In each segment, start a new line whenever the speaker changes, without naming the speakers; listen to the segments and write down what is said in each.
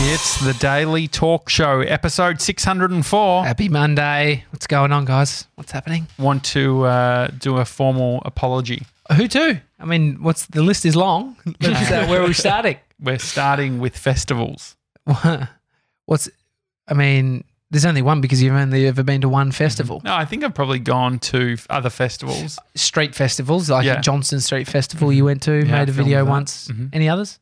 It's the Daily Talk Show, episode 604.
Happy Monday. What's going on, guys? What's happening?
Want to uh, do a formal apology.
Who to? I mean, what's the list is long. Let's, uh, where are we starting?
We're starting with festivals.
What's? I mean, there's only one because you've only ever been to one festival.
No, I think I've probably gone to f- other festivals.
Street festivals, like
Yeah.
Johnston Street Festival, you went to,
Yeah, I
made a
filmed
video
that.
once.
Mhm.
Any others?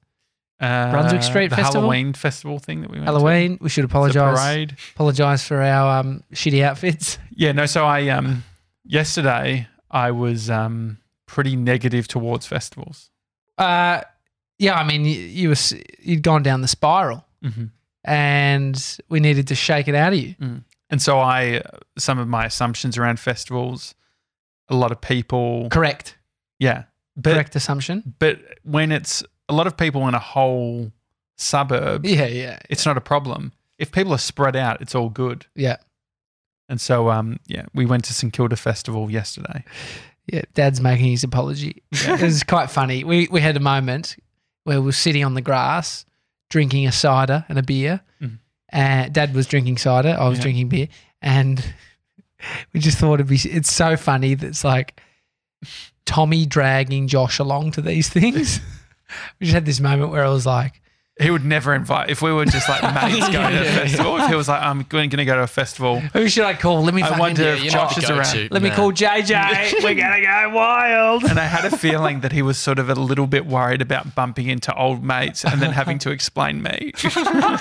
Uh,
Brunswick Street
the
Festival?
Halloween festival thing that we went
Halloween. We should
to. The
apologise.
parade.
Apologise for our um, shitty outfits.
Yeah, no, so I, um, yesterday I was um, pretty negative towards festivals.
Uh, yeah, I mean, you, you were s- you'd gone down the spiral,
Mhm.
and we needed to shake it out of you.
And so I, uh, some of my assumptions around festivals, a lot of people.
Correct.
Yeah. But
Correct assumption.
but when it's a lot of people in a whole suburb,
Yeah, yeah,
it's not a problem. If people are spread out, it's all good.
yeah.
And so, um, yeah, we went to St Kilda Festival yesterday.
Yeah, Dad's making his apology. it was quite funny. We we had a moment where we were sitting on the grass, drinking a cider and a beer.
Mhm.
And Dad was drinking cider. I was
Yeah.
drinking beer, and we just thought it'd be. It's so funny that it's like Tommy dragging Josh along to these things. we just had this moment where I was like,
He would never invite if we were just like mates going to a festival. If he was like, "I'm going to go to a festival,"
"Who should I call? Let me.
I
fucking-
wonder
Yeah,
if
you know
Josh
what
is
to go
around.
to.
Let me
Nah.
call JJ. We're gonna go wild."
And I had a feeling that he was sort of a little bit worried about bumping into old mates and then having to explain me.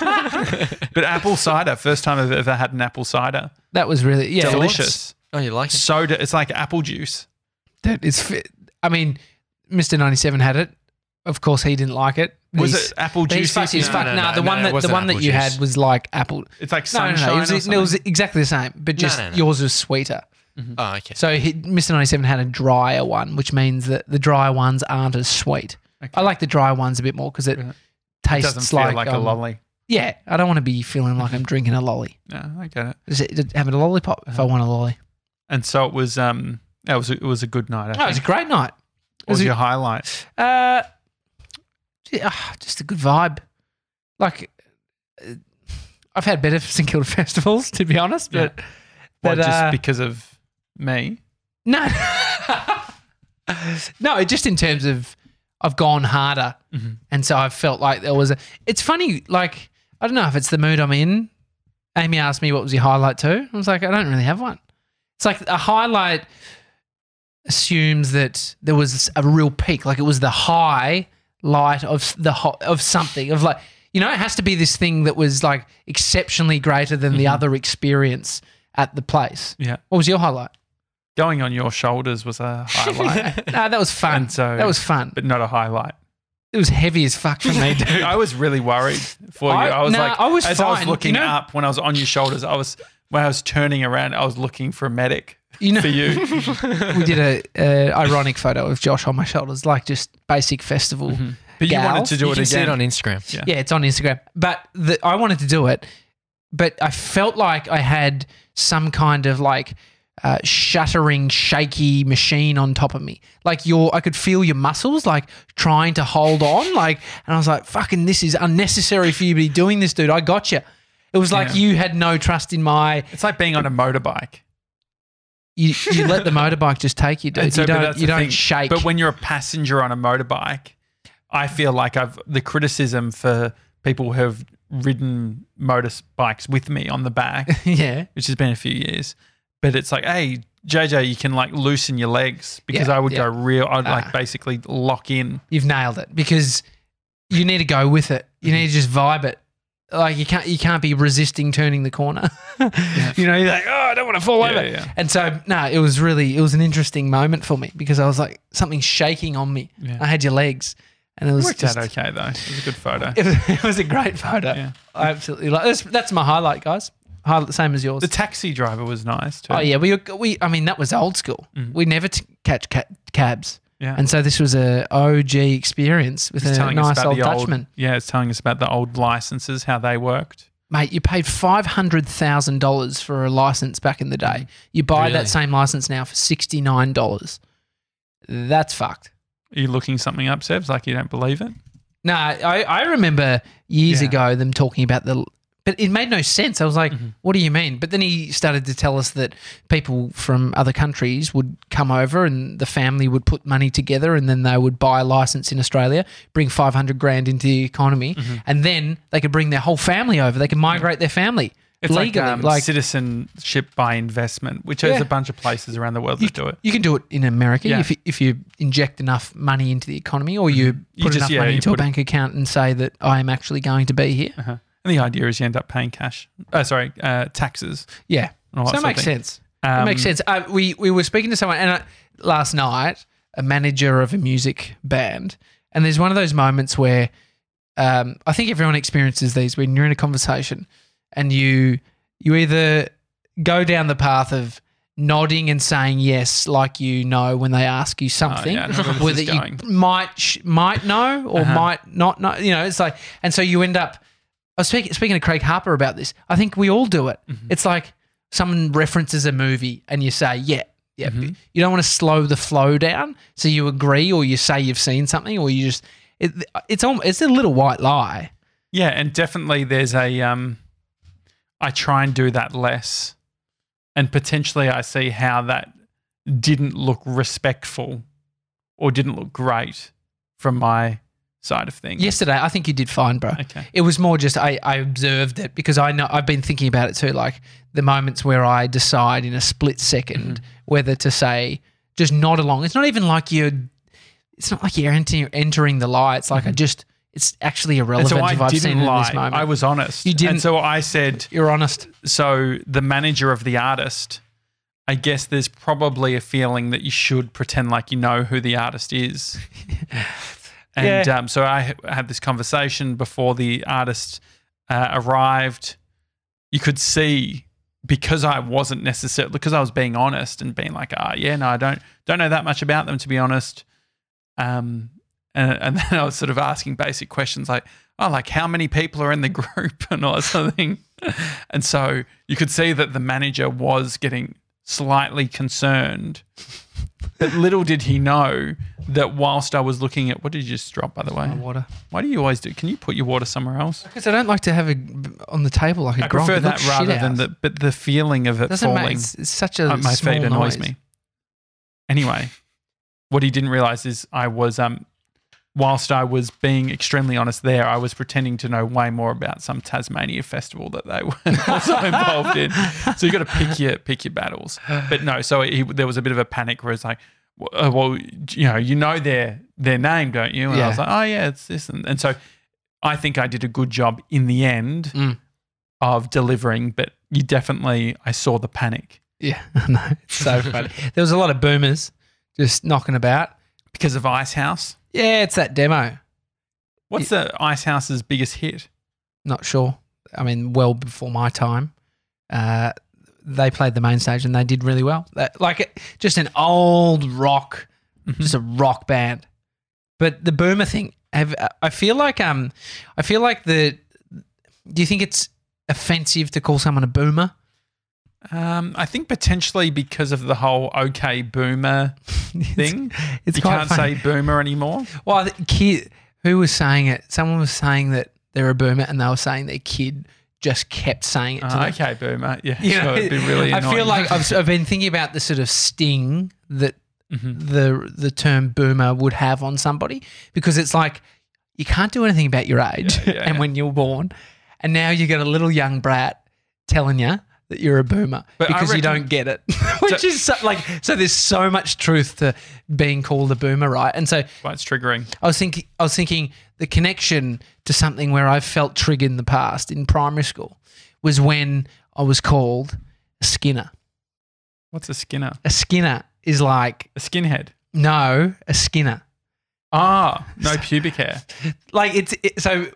but apple cider, first time I've ever had an apple cider,
That was really yeah.
delicious
Oh, you like it?
soda. It's like apple juice.
That is, fi- I mean, Mister Ninety Seven had it. Of course, he didn't like it.
Was
He's-
it apple
He's
juice?
fussy as
No,
fuck.
no,
nah,
no,
the
no,
one
it
that the
wasn't
one that
apple
you
juice.
had was like apple.
It's like
No, no,
sunshine.
no, it was,
or
it
something.
was exactly the same, but
No,
just
no, no.
yours was sweeter.
Oh, okay.
So he, Mr. Ninety Seven had a drier one, which means that the drier ones aren't as sweet.
Okay.
I like the dry ones a bit more because it
Right. it
tastes
doesn't feel
like,
like, a
um,
lolly.
Yeah, I don't want to be feeling like I'm drinking a lolly.
No, I get it.
Is it, having a lollipop if I
Uh-huh.
want a lolly.
And so it was. Um, that was. It was a good night. I
Oh, it was a
think.
great night.
What was
it-
your highlight?
Uh, gee, ah, just a good vibe. Like, uh, I've had better St Kilda festivals, to be honest, but
Well,
But,
just
uh,
because of me.
no. no, just in terms of I've gone harder. And so I felt like there was a. It's funny, like, I don't know if it's the mood I'm in. Amy asked me what was your highlight too. I was like, I don't really have one. It's like a highlight assumes that there was a real peak, like it was the high light of s- the ho- of something of like you know it has to be this thing that was like exceptionally greater than the other experience at the place.
Yeah,
What was your highlight?
going on your shoulders was a highlight,
No, that was fun.
And so-
that was fun.
but not a highlight.
It was heavy as fuck for me, dude.
I was really worried for you.
I-
I was
nah,
like,
I was
as I
fine,
was
you
looking
know?
up when I was on your shoulders, I was when I was turning around, I was looking for a medic
You know,
for you.
we did a, a ironic photo of Josh on my shoulders, like just basic festival.
But you
Gal,
wanted to do
you
it
can
again.
see it on Instagram.
Yeah.
Yeah, it's on Instagram. But the, I wanted to do it, but I felt like I had some kind of like uh, shuttering, shaky machine on top of me. Like your, I could feel your muscles like trying to hold on. Like, and I was like, "Fucking, this is unnecessary for you to be doing this, dude. I got you." It was like
Yeah.
you had no trust in my.
it's like being on a motorbike.
You, you let the motorbike just take you, dude.
And so,
you
but
don't.
that's
You
the
don't
thing.
shake.
But when you're a passenger on a motorbike, I feel like I've the criticism for people who have ridden motorbikes with me on the back,
yeah.
which has been a few years. But it's like, hey, JJ, you can like loosen your legs because
Yeah,
I would
yeah.
go real. I'd
Ah.
like basically lock in.
you've nailed it because you need to go with it. You need to just vibe it. Like you can't you can't be resisting turning the corner. you know, you're like, oh, I don't want to fall
Yeah,
over.
yeah.
And so no, it was really it was an interesting moment for me because I was like something shaking on me.
Yeah.
I had your legs, and it was
Worked
just,
out okay though. It was a good photo.
it, was, it was a great photo.
Yeah.
I absolutely like that's that's my highlight, guys. Highlight, same as yours.
The taxi driver was nice too.
Oh yeah, we were, we I mean that was old school.
Mm.
We never t- catch ca- cabs.
Yeah.
And so this was a OG experience with
It's
a
telling us
nice
about
old
the old,
Dutchman.
yeah, it's telling us about the old licenses, how they worked.
Mate, you paid five hundred thousand dollars for a license back in the day. You buy
Really?
that same license now for sixty nine dollars. That's fucked.
Are you looking something up, Sebs? Like you don't believe it?
No, I, I remember years
Yeah. Mm-hmm.
ago, them talking about the. But it made no sense. I was like, what do you mean? But then he started to tell us that people from other countries would come over and the family would put money together and then they would buy a license in Australia, bring 500 grand into the economy,
Mm-hmm.
and then they could bring their whole family over. They could migrate their family
It's
legally.
like, um, citizenship by investment, which there's
Yeah.
a bunch of places around the world
you,
that do it.
you can do it in America
Yeah.
if, you, if you inject enough money into the economy or you put
Mm-hmm. You just-
enough
yeah,
money
you
into a
put it-
bank account and say that I am actually going to be here.
Uh-huh. And the idea is you end up paying cash. Oh, sorry, uh, taxes.
Yeah.
and all
So
that
it
sort of
makes
thing. Um,
sense. it makes sense. Uh, we we were speaking to someone and I, last night, a manager of a music band, and there's one of those moments where um, I think everyone experiences these when you're in a conversation and you you either go down the path of nodding and saying yes like you know when they ask you something
Oh, yeah, I know where this
whether
is
you
going.
might sh- might know or
Uh-huh.
might not know you know it's like and so you end up I was speaking, speaking to Craig Harper about this. I think we all do it. It's like someone references a movie and you say, yeah, yeah. You don't want to slow the flow down. So you agree or you say you've seen something or you just, it, it's, almost, it's a little white lie.
Yeah, and definitely there's a. Um, I try and do that less, and potentially I see how that didn't look respectful, or didn't look great from my side of things.
Yesterday, I think you did fine, bro.
Okay.
It was more just I, I observed it because I know I've been thinking about it too, like the moments where I decide in a split 2nd
Mm-hmm.
whether to say just nod along. It's not even like you're. It's not like you're enter, entering the lie. It's like I just. It's actually
And
irrelevant
so
if
Mm-hmm. I
I've seen
didn't
it in
lie.
this moment.
I was honest.
You didn't-
And so I said,
You're honest.
so the manager of the artist. I guess there's probably a feeling that you should pretend like you know who the artist is. And um, so I h- had this conversation before the artist uh, arrived. You could see because I wasn't necessarily because I was being honest and being like, ah, yeah, no, I don't don't know that much about them to be honest. Um, and, and then I was sort of asking basic questions like, oh, like how many people are in the group and all that sort of thing. And so you could see that the manager was getting slightly concerned. But little did he know that whilst I was looking at what did you just drop by the way?
water.
Why do you always do? Can you put your water somewhere else?
Because I don't like to have it on the table like a
I
grog.
prefer
It
that
knocks shit
rather than
out.
the but the feeling of it
Doesn't matter.
falling
It's, it's such a
at Uh, my
small
feet annoys
noise.
me. Anyway, what he didn't realize is I was um whilst I was being extremely honest there, I was pretending to know way more about some Tasmania festival that they were also involved in. So you got to pick your pick your battles. But no, so he, there was a bit of a panic where it's like, w- uh, well, you know, you know their their name, don't you? And I was
Yeah.
like, oh yeah, it's this, and, and so I think I did a good job in the end
Mm.
of delivering. But you definitely, I saw the panic
Yeah, I know. It's so funny. There was a lot of boomers just knocking about.
because of Ice House.
Yeah, it's that demo.
What's the Ice House's biggest hit?
Not sure. I mean, well before my time. Uh, they played the main stage and they did really well. That, like, it, just an old rock, just a rock band. But the boomer thing, have I feel like um, I feel like the. Do you think it's offensive to call someone a boomer?
Um, I think potentially because of the whole OK Boomer thing.
It's
you
quite
can't
funny.
say boomer anymore.
Well, the kid who was saying it, someone was saying that they're a boomer, and they were saying their kid just kept saying it. To
Uh,
them.
okay, boomer. Yeah,
You
sure,
know,
it'd be really
I
annoying.
feel like I've, I've been thinking about the sort of sting that
Mhm.
the the term boomer would have on somebody because it's like you can't do anything about your age
yeah,
and
yeah.
when you're born, and now you got a little young brat telling you that you're a boomer
But I
because you
reckon-
don't get it, which is so, like so. There's so much truth to being called a boomer, right? And so
Why it's triggering.
I was thinking I was thinking the connection to something where I felt triggered in the past in primary school was when I was called a skinner.
What's a skinner?
A skinner is like
A skinhead.
no, a skinner.
Ah, no pubic hair.
Like it's it, so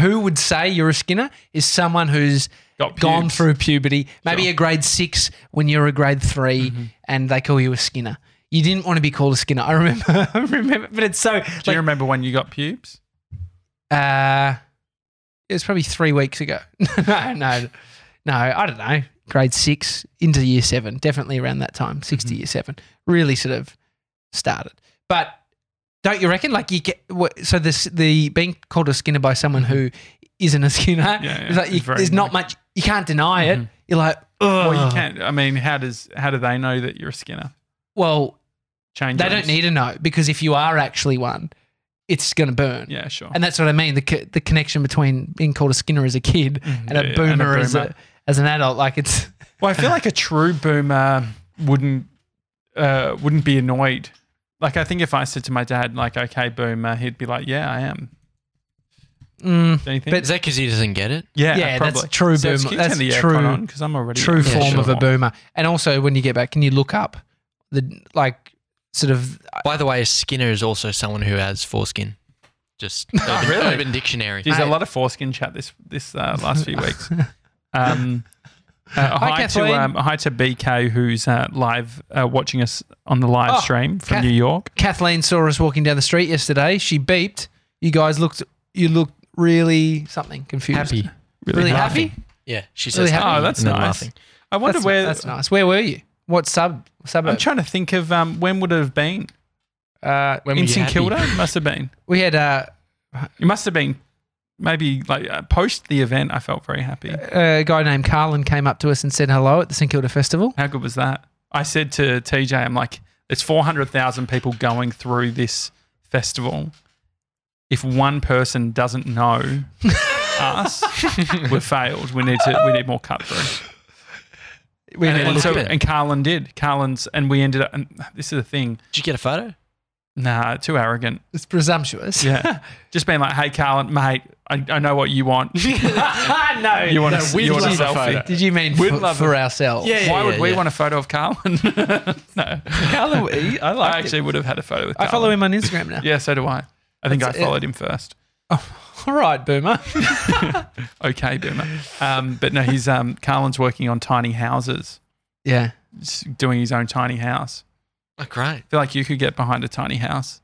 who would say you're a skinner is someone who's
Got pubes.
gone through puberty, maybe
Sure. Mm-hmm.
a grade 6 when you're a grade 3 and they call you a skinner. You didn't want to be called a skinner. I remember I remember but it's so
Do you
like
remember when you got pubes?
Uh, it was probably three weeks ago. no, no, no. I don't know. Grade six into year seven, definitely around that time, 6
Mm-hmm.
to year seven. Really sort of started. But don't you reckon? Like you get what, so this the being called a skinner by someone who isn't a skin art.
Mm-hmm. Yeah, yeah,
it's like you,
it's very
there's not much you can't deny it.
Mhm.
You're like, oh,
Well, you can't. I mean, how does how do they know that you're a Skinner?
Well,
Change.
they don't
rooms.
need to know because if you are actually one, it's going to burn.
Yeah, sure.
And that's what I mean. The co- the connection between being called a Skinner as a kid and,
Mm-hmm. yeah,
a
yeah, and
boomer
a
as a
boomer.
as an adult, like it's
Well, I feel like a true boomer wouldn't uh, wouldn't be annoyed. Like I think if I said to my dad, like, "Okay, boomer," he'd be like, "Yeah, I am."
mm,
Don't you think?
But-
Is that because he doesn't get it?
yeah,
yeah,
probably.
that's true
So it's
boomer-
keep
that's
turning the
true-
aircon on because I'm already
true
Yeah,
form
sure.
of a boomer. And also, when you get back, can you look up the like sort of uh,
By the way, Skinner is also someone who has foreskin. Just urban,
really?
urban dictionary.
There's a
Mate.
lot of foreskin chat this this uh, last few weeks. Um, uh,
Hi,
hi,
Kathleen.
to um, hi to BK who's uh, live uh, watching us on the live
Oh,
stream from
Kath-
New York.
Kathleen saw us walking down the street yesterday. She beeped. You guys looked. You looked really something confused.
Happy.
Really, happy.
Yeah, she
Really
says.
happy.
happy
Oh, that's
and then
nice.
laughing.
I wonder
That's,
where.
that's nice. Where were you? What sub
I'm
suburb?
trying to think of um, when would it have been
uh,
When
in
were you
St
happy?
Kilda. Must have been.
we had uh,
It must have been maybe like uh, post the event. I felt very happy.
a guy named Carlin came up to us and said hello at the St Kilda Festival.
How good was that? I said to TJ, I'm like, there's 400,000 people going through this festival. If one person doesn't know us, we've failed. We need to. We need more cut through.
We
And,
had a
then
and
look-
so,
at it.
and Carlin did. Carlin's, and we ended up. And this is the thing.
Did you get a photo?
Nah, too arrogant.
it's presumptuous.
Yeah, just being like, hey, Carlin, mate, I, I know what you want.
no,
You want
no,
a,
we
you want a
did, you,
selfie.
did you mean
We'd
for,
love
for ourselves?
Yeah,
Why
yeah,
would we
yeah.
want a photo of Carlin? no.
Carlin, I
eh, I
like
actually would have had a photo with
I
Carlin.
follow him on Instagram now.
Yeah, so do I. I think
That's
I
it.
followed him first.
All right, boomer.
Okay, Boomer. Um, but no, he's um, Carlin's working on tiny houses,
yeah.
s- doing his own tiny house.
Oh, great.
I feel like you could get behind a tiny house.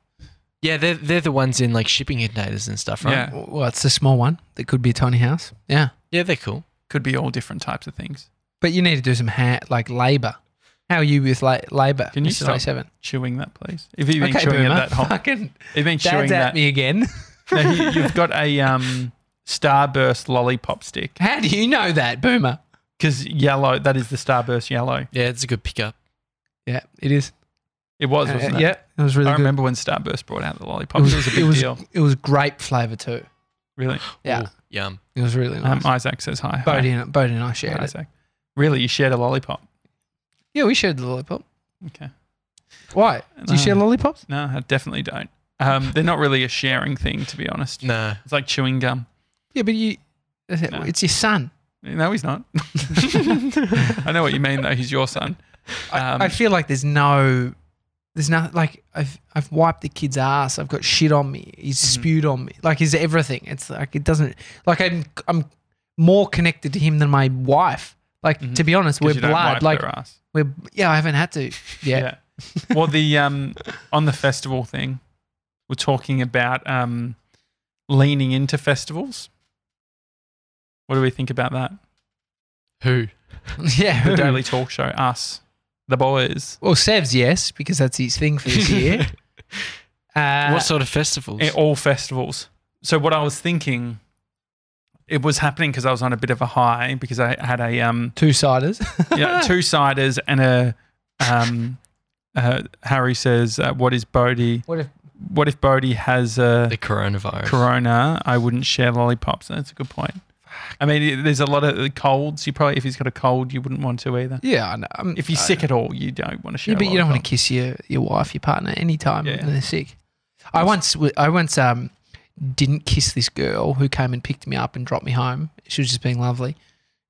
Yeah, they're, they're the ones in like shipping containers and stuff, right?
Yeah,
Well, it's a small one that could be a tiny house. Yeah.
Yeah, they're cool.
could be all different types of things.
But you need to do some ha- like labor. How are you with la- labor?
Can you
Mr.
stop
97?
Chewing that, please. If you've been
Okay,
chewing
boomer.
at that whole,
Fucking
you've been chewing
dad's at
that.
me again.
No, you, you've got a um, Starburst lollipop stick
How do you know that, boomer?
because yellow. That is the Starburst yellow.
Yeah, it's a good pickup.
Yeah, it is.
It was,
Uh,
wasn't it?
Yeah, it was really
I
good.
remember when Starburst brought out the lollipops. It was, a big
it was,
deal.
It was grape flavour too.
Really.
Yeah,
Ooh, yum.
it was really nice.
Um, Isaac says hi. hi.
Bodie, and, Bodie and I
Hi,
shared it.
Isaac. Really, you shared a lollipop.
Yeah, we shared the lollipop.
Okay.
Why? Do you share
Um,
lollipops?
No, I definitely don't. Um, they're not really a sharing thing, to be honest.
No.
It's like chewing gum.
Yeah, but you.
No.
It's your son.
No, he's not. I know what you mean, though. He's your son. Um,
I feel like there's no, there's not like I've I've wiped the kid's ass. I've got shit on me. He's
Mm-hmm.
spewed on me. Like he's everything. It's like it doesn't. Like I'm I'm more connected to him than my wife. Like
Mhm.
to be honest,
'cause
we're
you don't wipe
blood. Like
their ass.
we're yeah. I haven't had to. Yeah.
well, the um, on the festival thing, we're talking about um, leaning into festivals. What do we think about that?
Who?
yeah.
The Daily Talk Show, us, the boys.
Well, Sev's yes because that's his thing for this year. Uh,
what sort of festivals?
At Eh, all festivals. So what I was thinking, it was happening because I was on a bit of a high because I had a um,
two siders?
yeah, two siders and a um, uh, Harry says, uh, "What is Bodhi?
What if
What if Bodhi has a
the coronavirus.
corona? I wouldn't share lollipops." That's a good point. I mean, i- there's a lot of the colds. You probably, if he's got a cold, you wouldn't want to either.
yeah? I know. I'm-
If he's
I-
sick at all, you don't want to share.
Yeah, but you don't want
to.
to kiss your, your wife, your partner, anytime
Yeah.
when they're sick. I once, w- I once um, didn't kiss this girl who came and picked me up and dropped me home. She was just being lovely.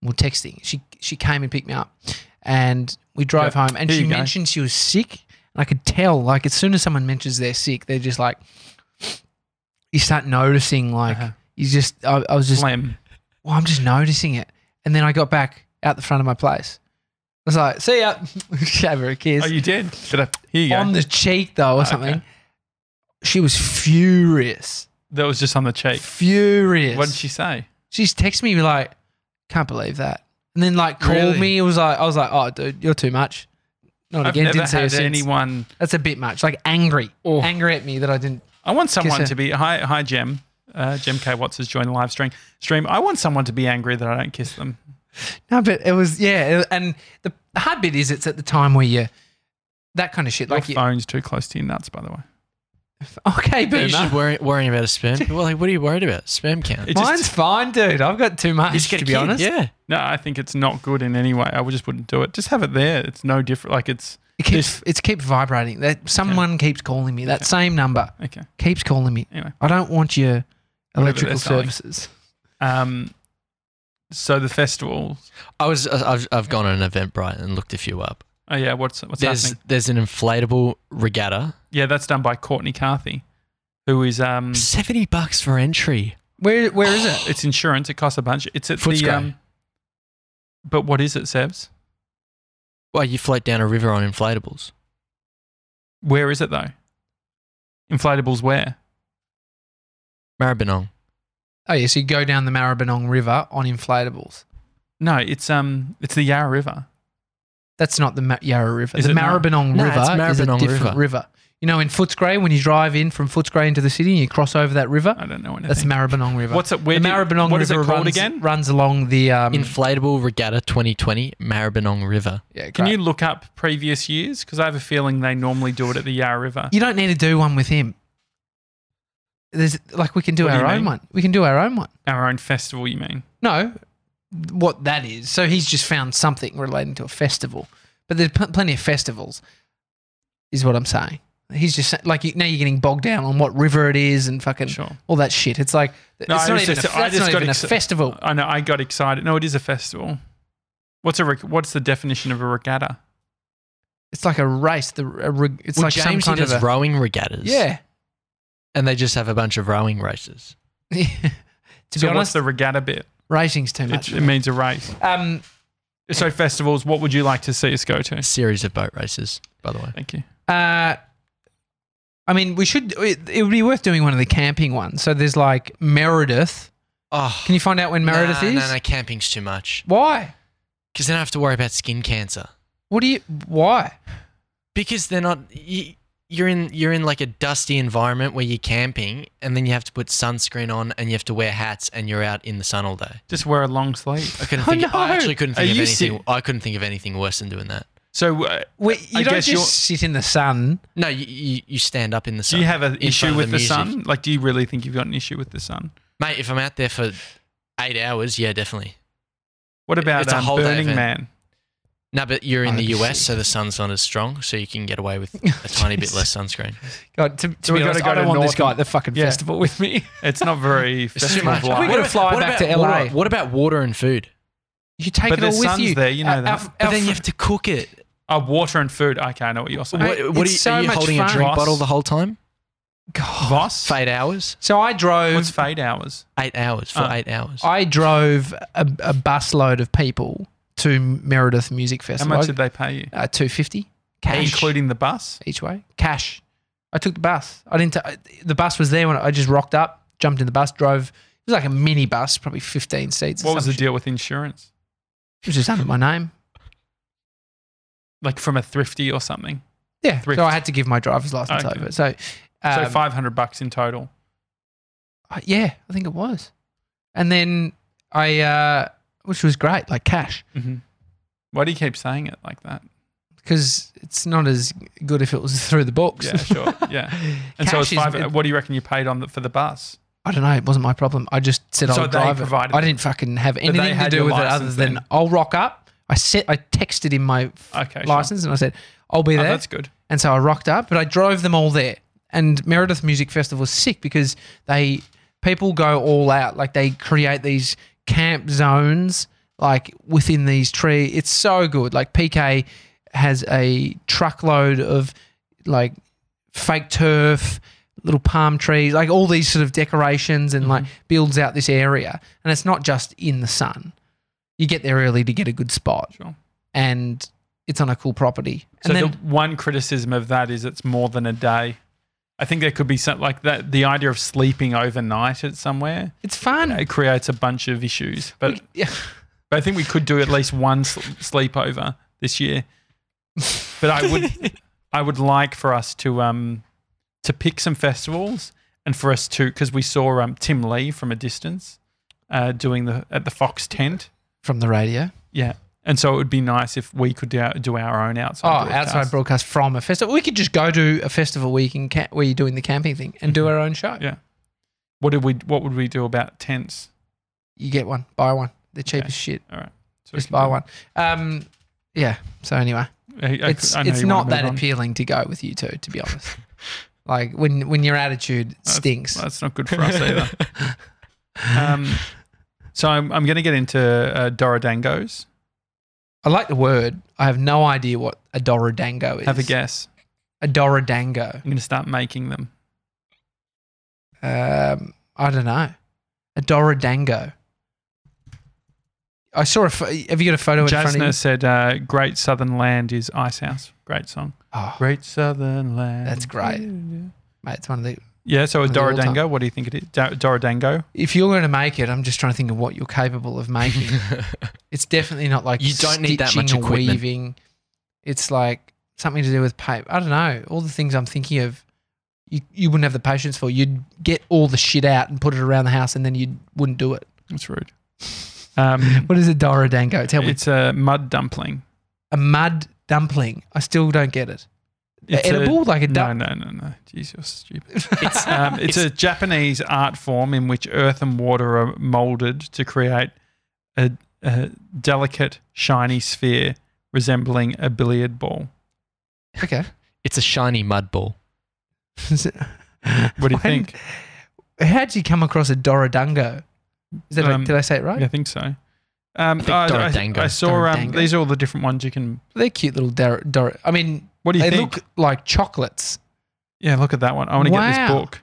We We're texting. She she came and picked me up, and we drove home. And
Here
she
you go.
mentioned she was sick. And I could tell, like, as soon as someone mentions they're sick, they're just like, you start noticing, like,
Uh-huh.
you just. I, I was just
Slim.
well, I'm just noticing it. And then I got back out the front of my place. I was like, see ya. Gave her a kiss.
Oh, you did. Did I- Here you go.
On the cheek, though, or
Okay.
something. She was furious.
that was just on the cheek.
Furious.
What did she say?
She's texted me like, can't believe that. And then like called
Really?
me. It was like, I was like, oh, dude, you're too much. Not
I've
again.
never
Didn't see her
had
since.
anyone Oh.
That's a bit much. Like angry. Angry at me that I didn't.
I want someone
her.
to be hi hi Jem. uh, Jim K. Watts has joined the live stream. Stream. I want someone to be angry that I don't kiss them.
No, but it was yeah, it- and the the hard bit is it's at the time where you that kind of shit. Like,
Your
you,
phone's too close to your nuts, by the way.
okay,
But you
boomer,
should worry worrying about a sperm. Well, like, what are you worried about? Sperm count.
It just-
mine's fine, dude. I've got too much.
You just
to
get
be
a kid,
honest,
Yeah.
No, I think it's not good in any way. I would- just wouldn't do it. Just have it there. It's no different. Like it's
it keeps it's keep vibrating. That someone keeps calling me. That same number
okay.
keeps calling me.
Anyway,
I don't want your
Whatever
electrical
they're selling.
services.
um, so the festival.
I was. I- I've, I've gone on an Eventbrite and looked a few up.
Oh yeah, what's what's
There's
happening?
there's an inflatable regatta.
Yeah, that's done by Courtney Carthy, who is
Hmm.
um,
Seventy bucks for entry.
Where where is it?
it's insurance. It costs a bunch. It's at the
Footscray.
um, but what is it, Sebs?
Well, you float down a river on inflatables.
Where is it though? Inflatables where?
Maribyrnong.
Oh yeah, so you go down the Maribyrnong River on inflatables.
No, it's um, it's the Yarra River.
That's not the Ma- Yarra River.
Is
the
it not?
Maribyrnong
No,
River
it's
is a
Maribyrnong
different river.
River.
You know, in Footscray, when you drive in from Footscray into the city and you cross over that river,
I don't know anything.
that's the Maribyrnong River.
What's it? Where
the
do-
Maribyrnong
what is
River
it called
runs,
again?
runs along the. Um,
Inflatable regatta 2020 Maribyrnong River.
yeah, great.
Can you look up previous years? Because I have a feeling they normally do it at the Yarra River.
You don't need to do one with him. There's like we can do
What do you
our own
mean?
one. We can do our own one.
Our own festival, you mean?
No, what that is. So he's just found something relating to a festival, but there's pl- plenty of festivals, is what I'm saying. He's just sa- like you, now you're getting bogged down on what river it is and fucking
Sure.
all that shit. It's like
No,
it's
I
not
was
even,
just-
a,
I
that's
just
not
got uh,
even a
exci-
festival.
I know. I got excited. No, it is a festival. What's a reg- what's the definition of a regatta?
It's like a race. The a, rig- it's
well,
like
James
some
he
kind
does
of a,
rowing regattas.
yeah.
And they just have a bunch of rowing races.
to
so
be
what's
honest,
the regatta bit?
racing's too
It,
much.
it means a race.
Um,
So festivals. What would you like to see us go
A
to?
series of boat races, by the way.
Thank you.
uh, I mean, we should. It, it would be worth doing one of the camping ones. So there's like Meredith.
Oh,
Can you find out when Meredith
nah,
is?
No, no, camping's too much.
Why?
Because then I have to worry about skin cancer.
What do you? Why?
Because they're not. You, you're in you're in like a dusty environment where you're camping, and then you have to put sunscreen on, and you have to wear hats, and you're out in the sun all day.
Just wear a long sleeve.
I couldn't
Oh,
think. I
no.
actually couldn't think
Are
of
you
anything.
se-
I couldn't think of anything worse than doing that.
So uh,
Wait, you
I
don't
guess
just sit in the sun.
No, you, you, you stand up in the sun.
do you have an
in front
issue
of
with the,
music.
sun? Like, do you really think you've got an issue with the sun?
mate? If I'm out there for eight hours, yeah, definitely.
What about
It's a
um,
whole day
Burning
event.
Man?
No, but you're in
Oh,
the
that'd be
US,
sick.
so the sun's not as strong, so you can get away with a tiny bit
Jeez.
less sunscreen.
God, to, to
we
be
gotta
honest,
go
I don't
to
want this
North-
guy at the fucking
Yeah.
festival with me.
It's not very
It's too
festival
much.
of light.
We gotta
What
fly
what
back
about
to
water-
LA.
what about water and food?
You take
But
it all
the
with
sun's
you. Uh,
there, you know
Our-
that.
our-
But
our
then you
fr-
have to cook it.
Oh, water and food. Okay, I know what you're saying.
Mate,
What, what are
it's
you,
so
are you
much
holding
fun.
a drink
Voss.
bottle the whole time?
God.
Voss.
For eight hours?
So I
What's
drove.
fade hours?
Eight hours for
Oh.
eight hours.
I drove a, a busload of people to Meredith Music
How
Festival.
much did they pay you?
Uh, Two fifty cash
Including the bus?
each way. Cash. I took the bus. I didn't. T- I- the bus was there when I just rocked up, jumped in the bus, drove. It was like a mini bus, probably fifteen seats. or
What was the
some shit.
deal with insurance?
It was just under my name.
Like from a thrifty or something?
Yeah.
Thrift.
So I had to give my driver's license
Okay.
over. So, um,
so 500 bucks in total.
I- yeah, I think it was. And then I, uh, which was great, like cash,
Why do you keep saying it like that?
because it's not as good if it was through the books.
Yeah, sure. Yeah. And so it's
Cash is-
five. what do you reckon you paid on the, for the bus?
I don't know. It wasn't my problem. I just said
So
I'll
they
drive it.
provided
I
it.
didn't fucking have
they
anything to
had
do
your
with it other
license
than
then?
I'll rock up. I set, I texted him my f-
Okay, sure.
license and I said I'll be
Oh,
there.
that's good.
And so I rocked up, but I drove them all there. And Meredith Music Festival is sick because they people go all out. Like they create these camp zones like within these tree. It's so good. Like PK has a truckload of like fake turf, little palm trees, like all these sort of decorations and
Mm-hmm.
like builds out this area. And it's not just in the sun. You get there early to get a good spot.
Sure.
And it's on a cool property.
So
and then
the one criticism of that is it's more than a day. I think there could be something like that. The idea of sleeping overnight at somewhere
it's fun.
it creates a bunch of issues. But,
Yeah.
but I think we could do at least one s- sleepover this year. But I would I would like for us to um to pick some festivals and for us to because we saw um, Tim Lee from a distance uh, doing the at the Fox tent.
from the radio.
Yeah, and so it would be nice if we could do our, do our own outside.
Oh,
broadcast.
outside broadcast from a festival. We could just go to a festival week in ca- where you're doing the camping thing and do our own show.
Mm-hmm. Yeah. What did we? What would we do about tents?
You get one, buy one. They're cheap
Okay.
as shit.
All right, so we
Just
can
buy
do-
one. Um, yeah. So anyway,
I- I could-
it's
I know
it's
you wanna
not that
move on.
appealing to go with you two, to be honest. like when when your attitude stinks.
Well, That's not good for us either. um, so I'm, I'm going to get into uh, Dorodangos.
I like the word. I have no idea what a dorodango is.
Have a guess.
A dorodango.
I'm going to start making them.
Um, I don't know. A dorodango. I saw a. Pho- have you got a photo in front of
Jasna
you?
said, uh, "Great Southern Land is Ice House." Great song.
Oh,
Great Southern Land.
That's great. mate, it's one of the
Yeah. So a
That's all time.
Dorodango. What do you think it is? Do- Dorodango.
if you're going to make it, I'm just trying to think of what you're capable of making. it's definitely not like
You don't need that much
stitching or
equipment.
Weaving. It's like something to do with paper. I don't know. All the things I'm thinking of, you you wouldn't have the patience for. You'd get all the shit out and put it around the house, and then you wouldn't do it.
That's rude. Um,
What is a dorodango? Tell me.
it's a mud dumpling.
A mud dumpling. I still don't get it.
It's a-
edible like a
no,
duck.
no, no, no. Jeez, you're stupid. it's, um, it's a Japanese art form in which earth and water are molded to create a, a delicate, shiny sphere resembling a billiard ball.
Okay.
It's a shiny mud ball.
What do you
Why didn't-
think?
How would you come across a dorodango? Is that
Um,
did I say it right?
I think so. Um,
think
I, I-
Dorodango.
I saw um,
Dorodango.
these are all the different ones you can.
They're cute little dor. dor- I mean,
What do you
they
think?
look like chocolates.
yeah, look at that one. I want to get this
Wow.
book.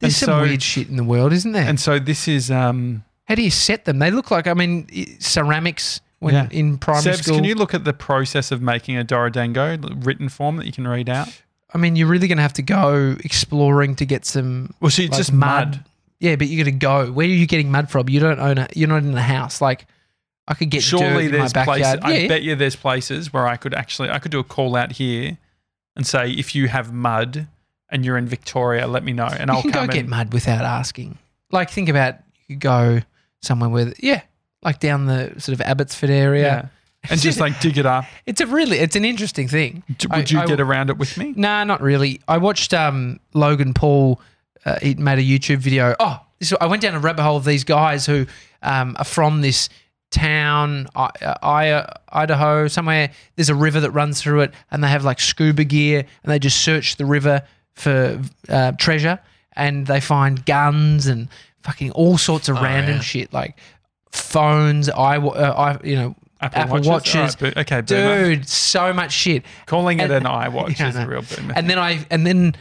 There's
And
some
so-
weird shit in the world, isn't there?
And so this is. Um,
How do you set them? They look like, I mean, i- ceramics when
Yeah.
in primary
Sebs,
school.
can you look at the process of making a Dorodango l- written form that you can read out?
I mean, you're really going to have to go exploring to get some.
Well, see, it's
like,
just mud.
Yeah, but you're going to go. Where are you getting mud from? You don't own a, You're not in a house. Like, I could get
surely
dirt in my
there's places.
backyard.
I
yeah,
bet you there's places where I could actually I could do a call out here and say if you have mud and you're in Victoria, let me know and
you
I'll
can go
come
get
and
mud without asking. Like, think about you could go somewhere where, yeah, like down the sort of Abbotsford area.
and just like dig it up.
It's a really, it's an interesting thing.
D-
I-
Would you
I-
get around it with me?
Nah, not really. I watched um, Logan Paul. Uh, he made a YouTube video. Oh, this, I went down a rabbit hole of these guys who um, are from this town, I, uh, I, Idaho, somewhere. There's a river that runs through it, and they have like scuba gear, and they just search the river for uh, treasure, and they find guns and fucking all sorts of random
yeah.
shit like phones, I, uh, I, you know, Apple, watches.
All right, bo- okay, boomer.
Dude, so much shit.
Calling it an
and-
eye watch
Yeah,
is
I
a
know.
real boomer.
And then I and then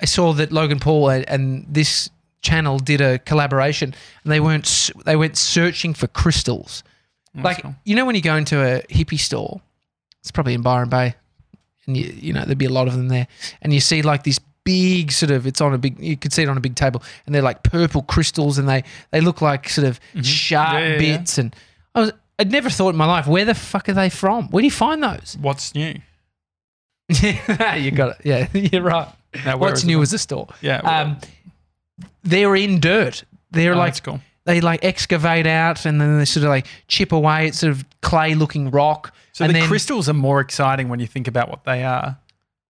I saw that Logan Paul and, and this channel did a collaboration, and they weren't s- they went searching for crystals. Like
cool.
you know when you go into a hippie store, it's probably in Byron Bay, and you you know there'd be a lot of them there, and you see like this big sort of it's on a big you could see it on a big table, and they're like purple crystals, and they they look like sort of sharp
Mm-hmm. Yeah, yeah, yeah.
bits, and I was. I'd never thought in my life, where the fuck are they from? Where do you find those?
What's new?
Yeah, you got it. Yeah, you're right.
Now, where
What's
is it?
new is the store.
Yeah, well,
Um, they're in dirt. They're
oh, that's
like
cool.
they like excavate out and then they sort of like chip away at sort of clay looking rock.
So
and
the
then,
crystals are more exciting when you think about what they are.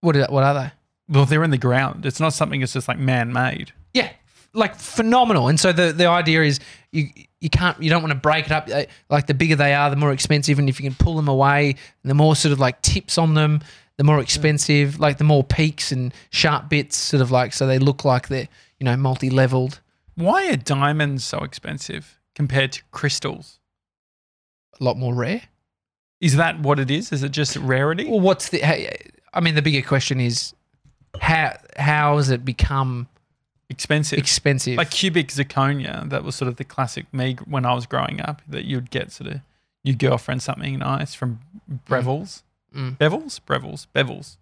what are, what are they?
Well, they're in the ground. It's not something that's just like man made.
Yeah, like phenomenal. And so the the idea is you you can't you don't want to break it up. Uh, Like the bigger they are, the more expensive. And if you can pull them away, the more sort of like tips on them, the
Mm.
more expensive. Like the more peaks and sharp bits, sort of like so they look like they're you know multi leveled.
Why are diamonds so expensive compared to crystals?
a lot more rare.
Is that what it is? Is it just rarity?
Well, what's the? hey, I mean, the bigger question is how how has it become
Expensive.
expensive?
like cubic zirconia, that was sort of the classic me g- when I was growing up, that you'd get sort of your girlfriend something nice from Breville's.
Mm.
Bevel's? Breville's. Bevel's.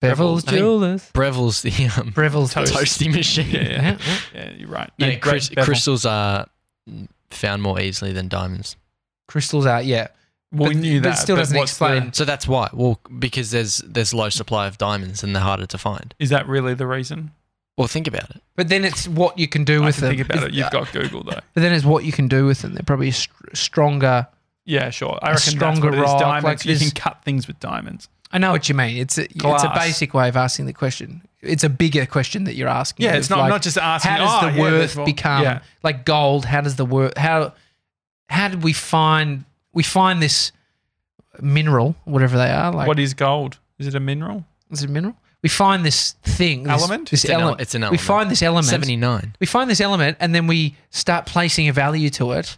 Bevel's
Bevel's,
I think-
Jewelers,
Breville's the um,
Breville's
Toast.
Jewelers.
toasty machine.
Yeah, yeah.
Yeah, yeah.
yeah, you're right. No,
Yeah,
great
crys-
Bevel.
crystals are found more easily than diamonds.
crystals out. Yeah,
Well, we
But-
knew
but it
that.
still doesn't
what's the-
explain-
So that's why. Well, because there's there's low supply of diamonds and they're harder to find.
is that really the reason?
Well, think about it.
But then it's what you can do
I
with
can
them.
think about it.
Is-
You've got Google though.
But then it's what you can do with them. They're probably a str- stronger.
Yeah, sure. I reckon that's
stronger
what it is.
rock,
Diamonds.
like
you
this-
can cut things with diamonds.
I know what you mean. It's a, it's a
Glass.
basic way of asking the question. It's a bigger question that you're asking.
Yeah,
of
it's not
like,
not just asking.
how does
"Oh,
the
yeah,
worth
there's rock."
become
Yeah.
like gold? How does the worth how how did we find we find this mineral, whatever they are? Like
what is gold? Is it a mineral?
is it mineral? We find this thing, this,
Element?
This
an el-
element.
it's an
We
element.
find this element.
Seventy nine.
We find this element, and then we start placing a value to it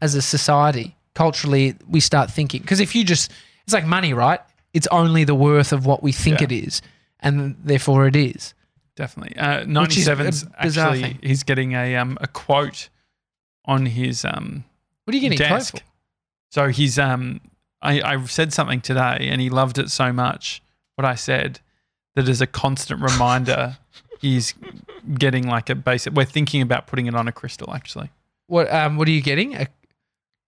as a society. Culturally, we start thinking because if you just, it's like money, right? It's only the worth of what we think
Yeah.
it is, and therefore it is.
Definitely. Uh,
Which is a
97's
bizarre
actually,
thing.
he's getting a um, a quote on his um,
What are you getting
desk.
quote for?
So he's um, I, I said something today, and he loved it so much. What I said that as a constant reminder, he's getting like a basic. We're thinking about putting it on a crystal actually.
What um, what are you getting? A,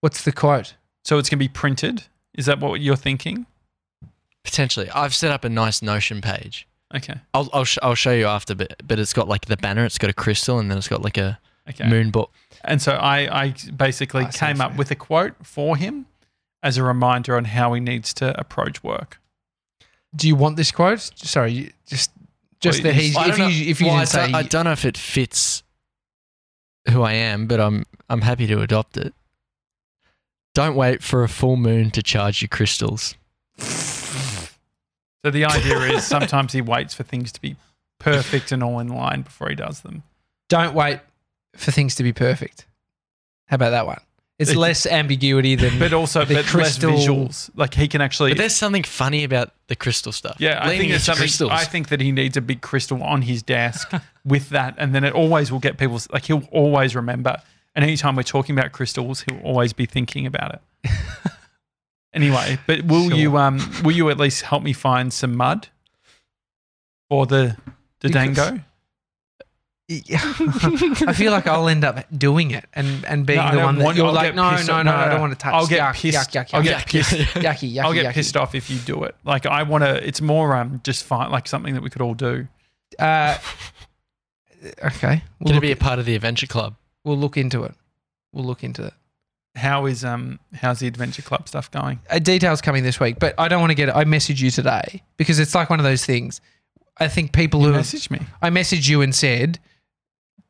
what's the quote?
So it's gonna be printed. Is that what you're thinking?
Potentially, I've set up a nice Notion page.
Okay.
I'll I'll, sh- I'll show you after, but but it's got like the banner, it's got a crystal, and then it's got like a
Okay.
moon book.
And so I, I basically
I see
came
what
up
you mean.
with a quote for him as a reminder on how he needs to approach work.
Do you want this quote? Sorry, you- just just
Well,
that he's
I
if you if you
well, I,
didn't say
don't, I don't know if it fits who I am, but I'm I'm happy to adopt it. Don't wait for a full moon to charge your crystals.
So the idea is sometimes he waits for things to be perfect and all in line before he does them.
don't wait for things to be perfect. How about that one? It's
It-
less ambiguity than
But also
The
but
crystal-
less visuals. Like he can actually
But there's something funny about the crystal stuff.
Yeah, I
Leaning
think it's
into
something
crystals.
I think that he needs a big crystal on his desk with that and then it always will get people's like he'll always remember. And anytime we're talking about crystals, he'll always be thinking about it. anyway, but will
Sure.
you um will you at least help me find some mud? Or the the
Because-
dango?
I feel like I'll end up doing it and, and being
No, I
the
don't
one that
want-
you're
I'll
like,
get
no, no,
pissed
no,
off.
I don't want to touch.
I'll get
yuck,
pissed.
Yuck, yuck, yuck,
I'll
yuck,
get pissed.
yucky, yucky,
I'll get
yucky.
pissed off if you do it. Like I want to. It's more um just fine, like something that we could all do.
Uh, okay, we'll
Gonna
look,
be a part of the adventure club.
we'll look into it. We'll look into it.
How is um how's the adventure club stuff going?
Uh, details coming this week, but I don't want to get. it. I messaged you today because it's like one of those things. I think people who
Message me.
I messaged you and said,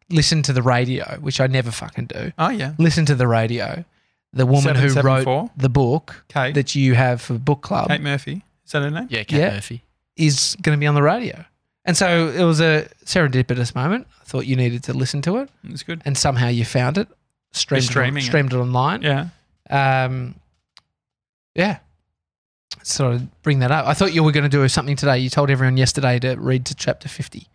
listen to the radio, which I never fucking do.
Oh yeah,
Listen to the radio. The woman who wrote
774?
the book
Kate.
that you have for book club.
Kate Murphy. Is that her name?
Yeah, Kate
Yeah.
Murphy.
is going to be on the radio. And so it was a serendipitous moment. I thought you needed to listen to it,
It's good.
and somehow you found it, streamed,
You're streaming it.
it, on- streamed it online.
Yeah.
Yeah. Um, yeah. Sort of bring that up. I thought you were going to do something today. You told everyone yesterday to read to chapter 50.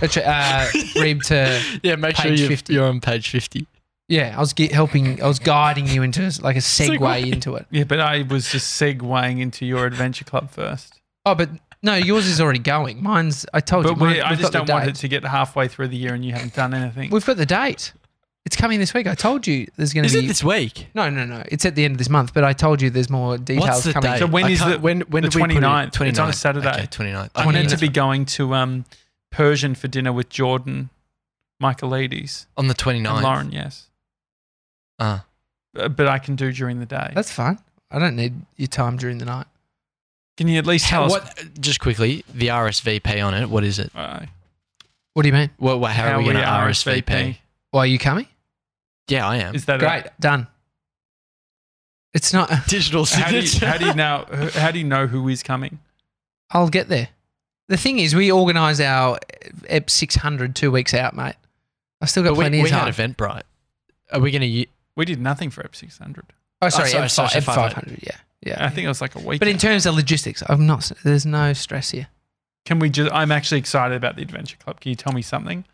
Uh, cha- uh, read to,
Yeah, make sure
Page
you're,
50.
you're on Uh, page fifty.
yeah, I was ge- helping, I was guiding you into like a segue,
Segue.
into it.
Yeah, but I was just segueing into your adventure club first.
Oh, but no, yours is already going. Mine's, I told you.
But
mine-
we, I
we've
just
got
don't
the
want
date.
it to get halfway through the year and you haven't done anything.
We've got the date. It's coming this week. I told you there's going
Is
to be.
it this week?
no, no, no. It's at the end of this month, but I told you there's more details
What's the
coming.
date?
So when
I
is
can't-
the-
when when
the
did we put it?
29th? It's on a
29th.
Saturday.
Okay, 29th.
I need to
29th.
be going to um, Persian for dinner with Jordan, Michaelides,
on the
and
29th.
Lauren. Yes,
Uh,
Uh, but I can do during the day.
That's fine. I don't need your time during the night.
can you at least tell
how,
us
what? Just quickly, the RSVP on it. What is it?
uh,
What do you mean?
Well, well, how, are we going to RSVP?
Why are you coming?
Yeah, I am.
Is that
Great. Done. It's not.
Digital
A, how, do you,
signature.
how do you now? How do you know who is coming?
I'll get there. The thing is, we organise our EP 600 two weeks out, mate. I've still got
But we,
plenty
we
of time.
had Eventbrite. Are we going to?
We did nothing for EP 600.
oh, sorry,
sorry,
EP,
sorry,
EP 500.
500.
Yeah, yeah.
I think it was like a week.
but in terms of logistics, I'm not. There's no stress here.
Can we just? I'm actually excited about the Adventure Club. Can you tell me something?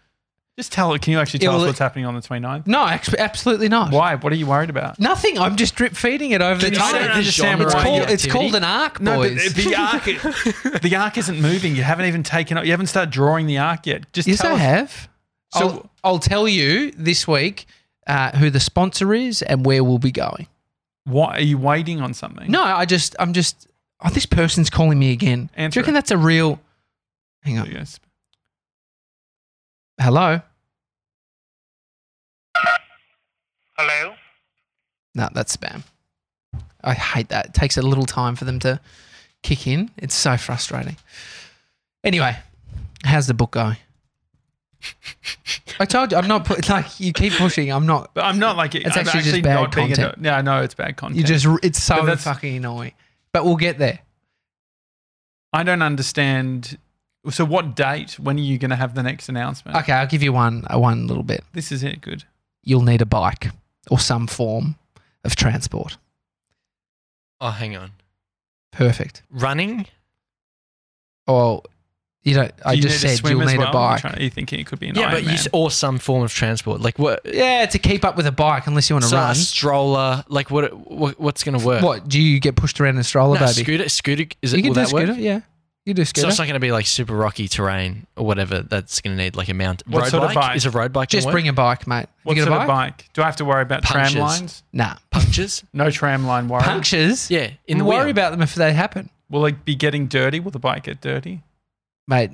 Just tell it. Can you actually
Yeah,
tell
well,
us what's happening on the 29th?
No, actually, absolutely not.
Why? What are you worried about?
Nothing. I'm just drip feeding it over
Can
the
you
time.
say the genre
It's
of
called,
the
it's called an arc, boys.
the arc, the arc isn't moving. You haven't even taken it. You haven't started drawing the arc yet. Just
yes,
tell
I
us.
have.
So-
I'll, I'll tell you this week uh, who the sponsor is and where we'll be going.
Why are you waiting on something?
No, I just, I'm just, oh, this person's calling me again. Do
Answer
you reckon
it.
that's a real, hang on.
Yes.
Hello?
Hello?
No, that's spam. I hate that. It takes a little time for them to kick in. It's so frustrating. Anyway, how's the book going? I told you, I'm not put, like you keep pushing. I'm not.
But I'm not like it's I'm
actually
actually,
just bad
not being.
content.
A, yeah, I know it's bad content.
You just. It's
But
so
that's-
fucking annoying. But we'll get there.
I don't understand. So what date? When are you going to have the next announcement?
Okay, I'll give you one. uh, One little bit.
This is it. Good.
You'll need a bike or some form of transport.
Oh, hang on.
Perfect.
Running?
Or you don't. I
Do you
just
need to
said
swim
you'll
as
need
well? You're
a bike.
trying- Are you thinking it could be an
yeah, but
Ironman?
you s- or some form of transport. Like what?
Yeah, to keep up with a bike, unless you want to
So
run.
a stroller. Like what? what what's gonna work?
What do you get pushed around in a stroller,
No,
baby?
scooter. Scooter. Is it?
you can
will
do
that work?
scooter. Yeah, you do
So
scooter.
it's not going to be like super rocky terrain or whatever. That's going to need like a mountain.
What
road
sort of
bike?
bike?
Is a road bike? gonna
Just
work?
bring a bike, mate.
what
you
sort
got a bike?
of bike? Do I have to worry about
Punches.
tram lines?
Nah.
punches.
No tram line worry.
Punctures.
Yeah, in the
worry
wheel.
about them if they happen,
Will it be getting dirty? Will the bike get dirty?
mate.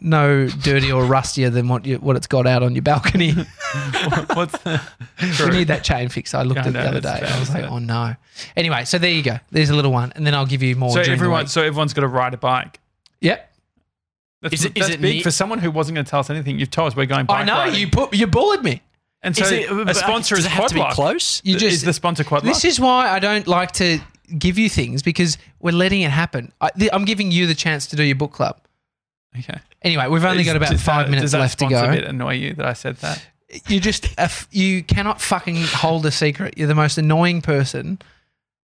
No dirty or rustier than what you, what it's got out on your balcony.
What's the?
we
True.
need that chain fix. I
Yeah,
looked at
I
it the
know,
other day.
that's
I
bad,
was like,
isn't it?
oh no. Anyway, so there you go. There's a little one, and then I'll give you more.
So
during the
everyone,
week.
so everyone's got to ride a bike.
Yep.
That's,
Is it- is
that's
it
big
neat?
for someone who wasn't going to tell us anything. You've told us we're going bike
I know
riding.
you put you bullied me.
And so
Is it-
a
but
sponsor
does it
is
have to be
Quadlock.
close?
You
is
just
the sponsor Quadlock.
This is why I don't like to give you things because we're letting it happen. I, th- I'm giving you the chance to do your book club.
okay.
Anyway, we've only
Is-
got about
does
five
that-
minutes
does that
left to
sponsor
go.
Bit annoy you that I said that.
You just a f- you cannot fucking hold a secret. You're the most annoying person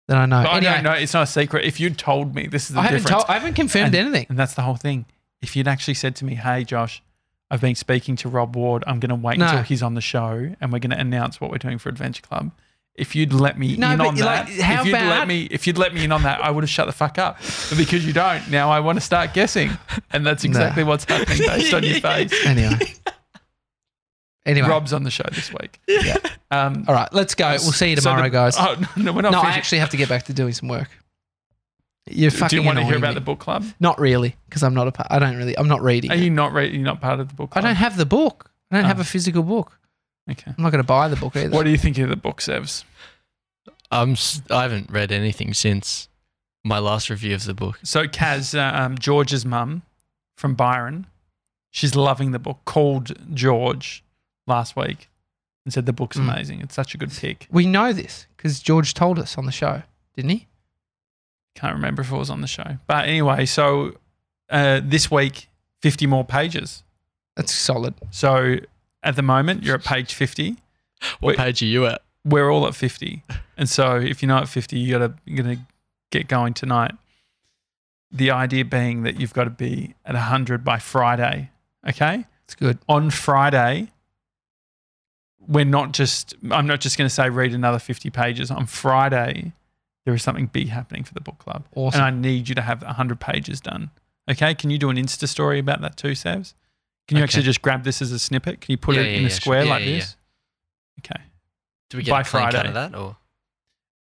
that I know.
But
Anyway,
I don't know. Oh, It's not a secret. If you'd told me, this is the
I haven't
difference.
told, I haven't confirmed
And-
anything.
And that's the whole thing. If you'd actually said to me, "Hey, Josh, I've been speaking to Rob Ward. I'm going to wait
No.
until he's on the show, and we're going to announce what we're doing for Adventure Club." If you'd let me
No,
in
but
on
you're
that,
like, how
if you'd
bad-
let me, if you'd let me in on that, I would have shut the fuck up. But because you don't, now I want to start guessing, and that's exactly what's happening based on your face.
Anyway, anyway,
Rob's on the show this week.
Yeah.
Um,
all right, let's go. We'll see you
so
tomorrow,
the-
guys.
Oh no, no, we're not
no, I
finishing.
actually have to get back to doing some work. You're
Do
fucking.
you want to hear
annoying
about
me.
the book club?
Not really, because I'm not a. pa- I don't really. I'm not reading.
Are
it.
you not reading? You're not part of the book
I
club.
don't have the book. I don't
Oh.
have a physical book.
Okay.
I'm not going to buy the book either.
What do you think of the book, Sevs?
I'm. s- I haven't read anything since my last review of the book.
So Kaz, uh, um, George's mum from Byron, she's loving the book. Called George last week and said the book's
Mm.
amazing. It's such a good pick.
we know this because George told us on the show, didn't he?
Can't remember if it was on the show, but anyway. So uh, this week, fifty more pages.
That's solid.
So at the moment, you're at page fifty.
What
Wait.
page are you at?
We're all at fifty, and so if you're not at fifty, you gotta you're gonna get going tonight. The idea being that you've got to be at hundred by Friday. Okay.
It's good.
on Friday, we're not just, I'm not just going to say read another 50 pages. On Friday, there is something big happening for the book club.
Awesome.
And I need you to have 100 pages done. Okay. Can you do an Insta story about that too, Savs? Can you
Okay.
actually just grab this as a snippet? Can you put
Yeah,
it
yeah,
in
yeah,
a
sure.
square
Yeah,
like
yeah,
this? Okay.
Do we get
By
a clean cut
Friday.
of that or?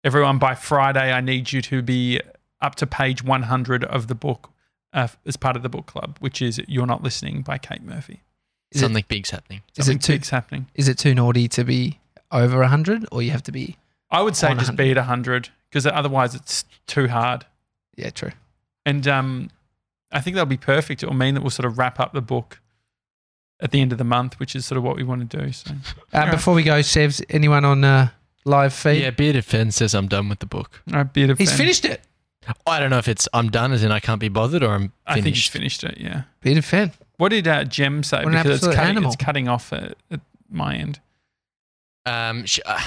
Everyone, by Friday, I need you to be up to page 100 of the book uh, as part of the book club, which is You're Not Listening by Kate Murphy.
Is it-
Something big's happening.
Is it
Something
too-
big's happening.
Is it too naughty to be over 100 or you have to be?
I would say
on
just be at 100 because otherwise it's too hard.
Yeah, true.
And um, I think that'll be perfect. It'll mean that we'll sort of wrap up the book at the end of the month, which is sort of what we want to do. So
Uh,
Yeah.
Before we go, Sevs, anyone on uh, live feed?
Yeah, bearded Fen says I'm done with the book.
a bit of
He's
an-
finished it.
I don't know if it's I'm done as in I can't be bothered or I'm
I think he's
finished.
finished it. Yeah.
Peter Fenn.
What did uh, Jem say?
What an
because
absolute
it's cutting,
animal.
it's cutting off at, at my end.
Um, she, uh,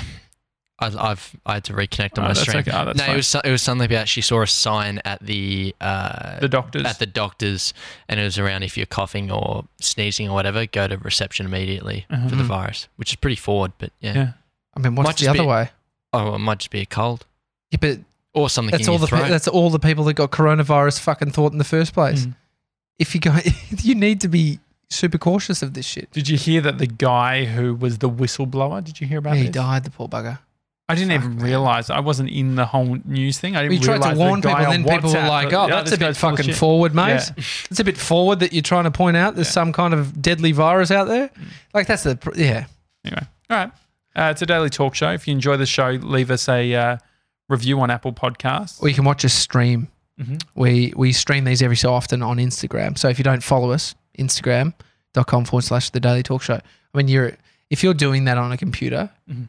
I, I've I had to reconnect on my
Oh, that's
stream.
okay. Oh, that's
no,
fine.
it was so- it was something about she saw a sign at the uh,
The doctors.
at the doctor's, and it was around if you're coughing or sneezing or whatever, go to reception immediately
Uh-huh.
for the
Mhm.
virus, which is pretty forward. But yeah,
Yeah.
I mean,
Might
what's the
just
other
be-
way?
oh, it might just be a cold
Yeah, but
or something.
that's
in
all
your
the pe-
throat.
that's all the people that got coronavirus fucking thought in the first place.
Mm.
If you go, you need to be super cautious of this shit.
Did you hear that the guy who was the whistleblower? Did you hear about
Yeah, he
this?
died, the poor bugger.
I didn't even realize I wasn't in the whole news thing. I didn't
You tried
realize
to
the
warn
guy
people, and
on
then people were
WhatsApp,
like,
but,
"Oh,
yeah,
that's
this
a bit
guy's full of
fucking
shit."
forward, mate.
Yeah.
It's a bit forward that you're trying to point out there's some kind of deadly virus out there.
Mm.
Like that's the pr- yeah.
Anyway, all right. Uh, it's a daily talk show. If you enjoy the show, leave us a uh, review on Apple Podcasts. Mm-hmm.
Or you can watch us stream. We we stream these every so often on Instagram. So if you don't follow us, Instagram.com forward slash the Daily Talk Show. I mean, you're if you're doing that on a computer,
Mm-hmm.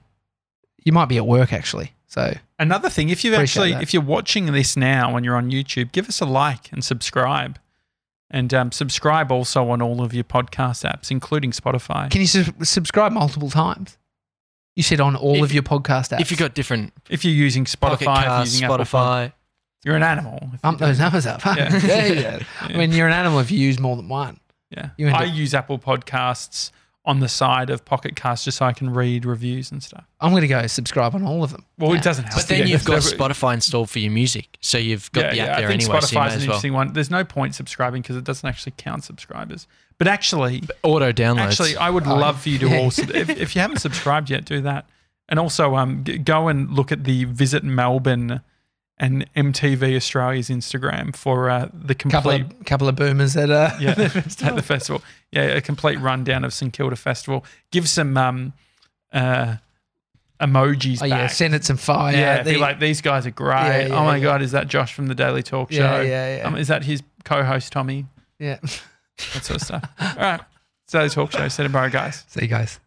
you might be at work actually. So
Another thing, if you
Appreciate
actually
that.
if you're watching this now and you're on YouTube, give us a like and subscribe, and um, subscribe also on all of your podcast apps, including Spotify.
can you su- subscribe multiple times? You said on all
If-
of your podcast apps.
If you've got different
if you're using Spotify,
pocket
if you're
cars,
using Apple Pod-
Spotify,
you're an animal. If
bump
you do-
those numbers up. Huh?
Yeah.
There you go. I mean, you're an animal if you use more than one.
yeah.
you end
I
up-
use Apple Podcasts on the side of Pocket Cast just so I can read reviews and stuff.
I'm going to go subscribe on all of them.
Well,
Yeah.
it doesn't help.
but then
Yeah.
you've got
So-
Spotify installed for your music, so you've got the app there
I think
anyway.
Spotify's
so you might
an
as well.
interesting one. There's no point subscribing because it doesn't actually count subscribers. But actually,
Auto downloads.
actually, I would
Oh,
love for you to
yeah.
all. sub- If, if you haven't subscribed yet, do that. And also, um, g- go and look at the Visit Melbourne and MTV Australia's Instagram for uh, the
Couple
complete
of couple of boomers that uh,
yeah, at the festival. Yeah, a complete rundown of St Kilda Festival. Give some um, uh, emojis.
oh yeah,
back.
send it some fire.
yeah,
The-
be like these guys are great.
Yeah, yeah,
oh my
yeah.
god, is that Josh from the Daily Talk Show?
Yeah, yeah, yeah.
Um, is that his co-host Tommy?
yeah.
That sort of stuff. All right, it's Daily Talk Show. Set guys.
See you guys.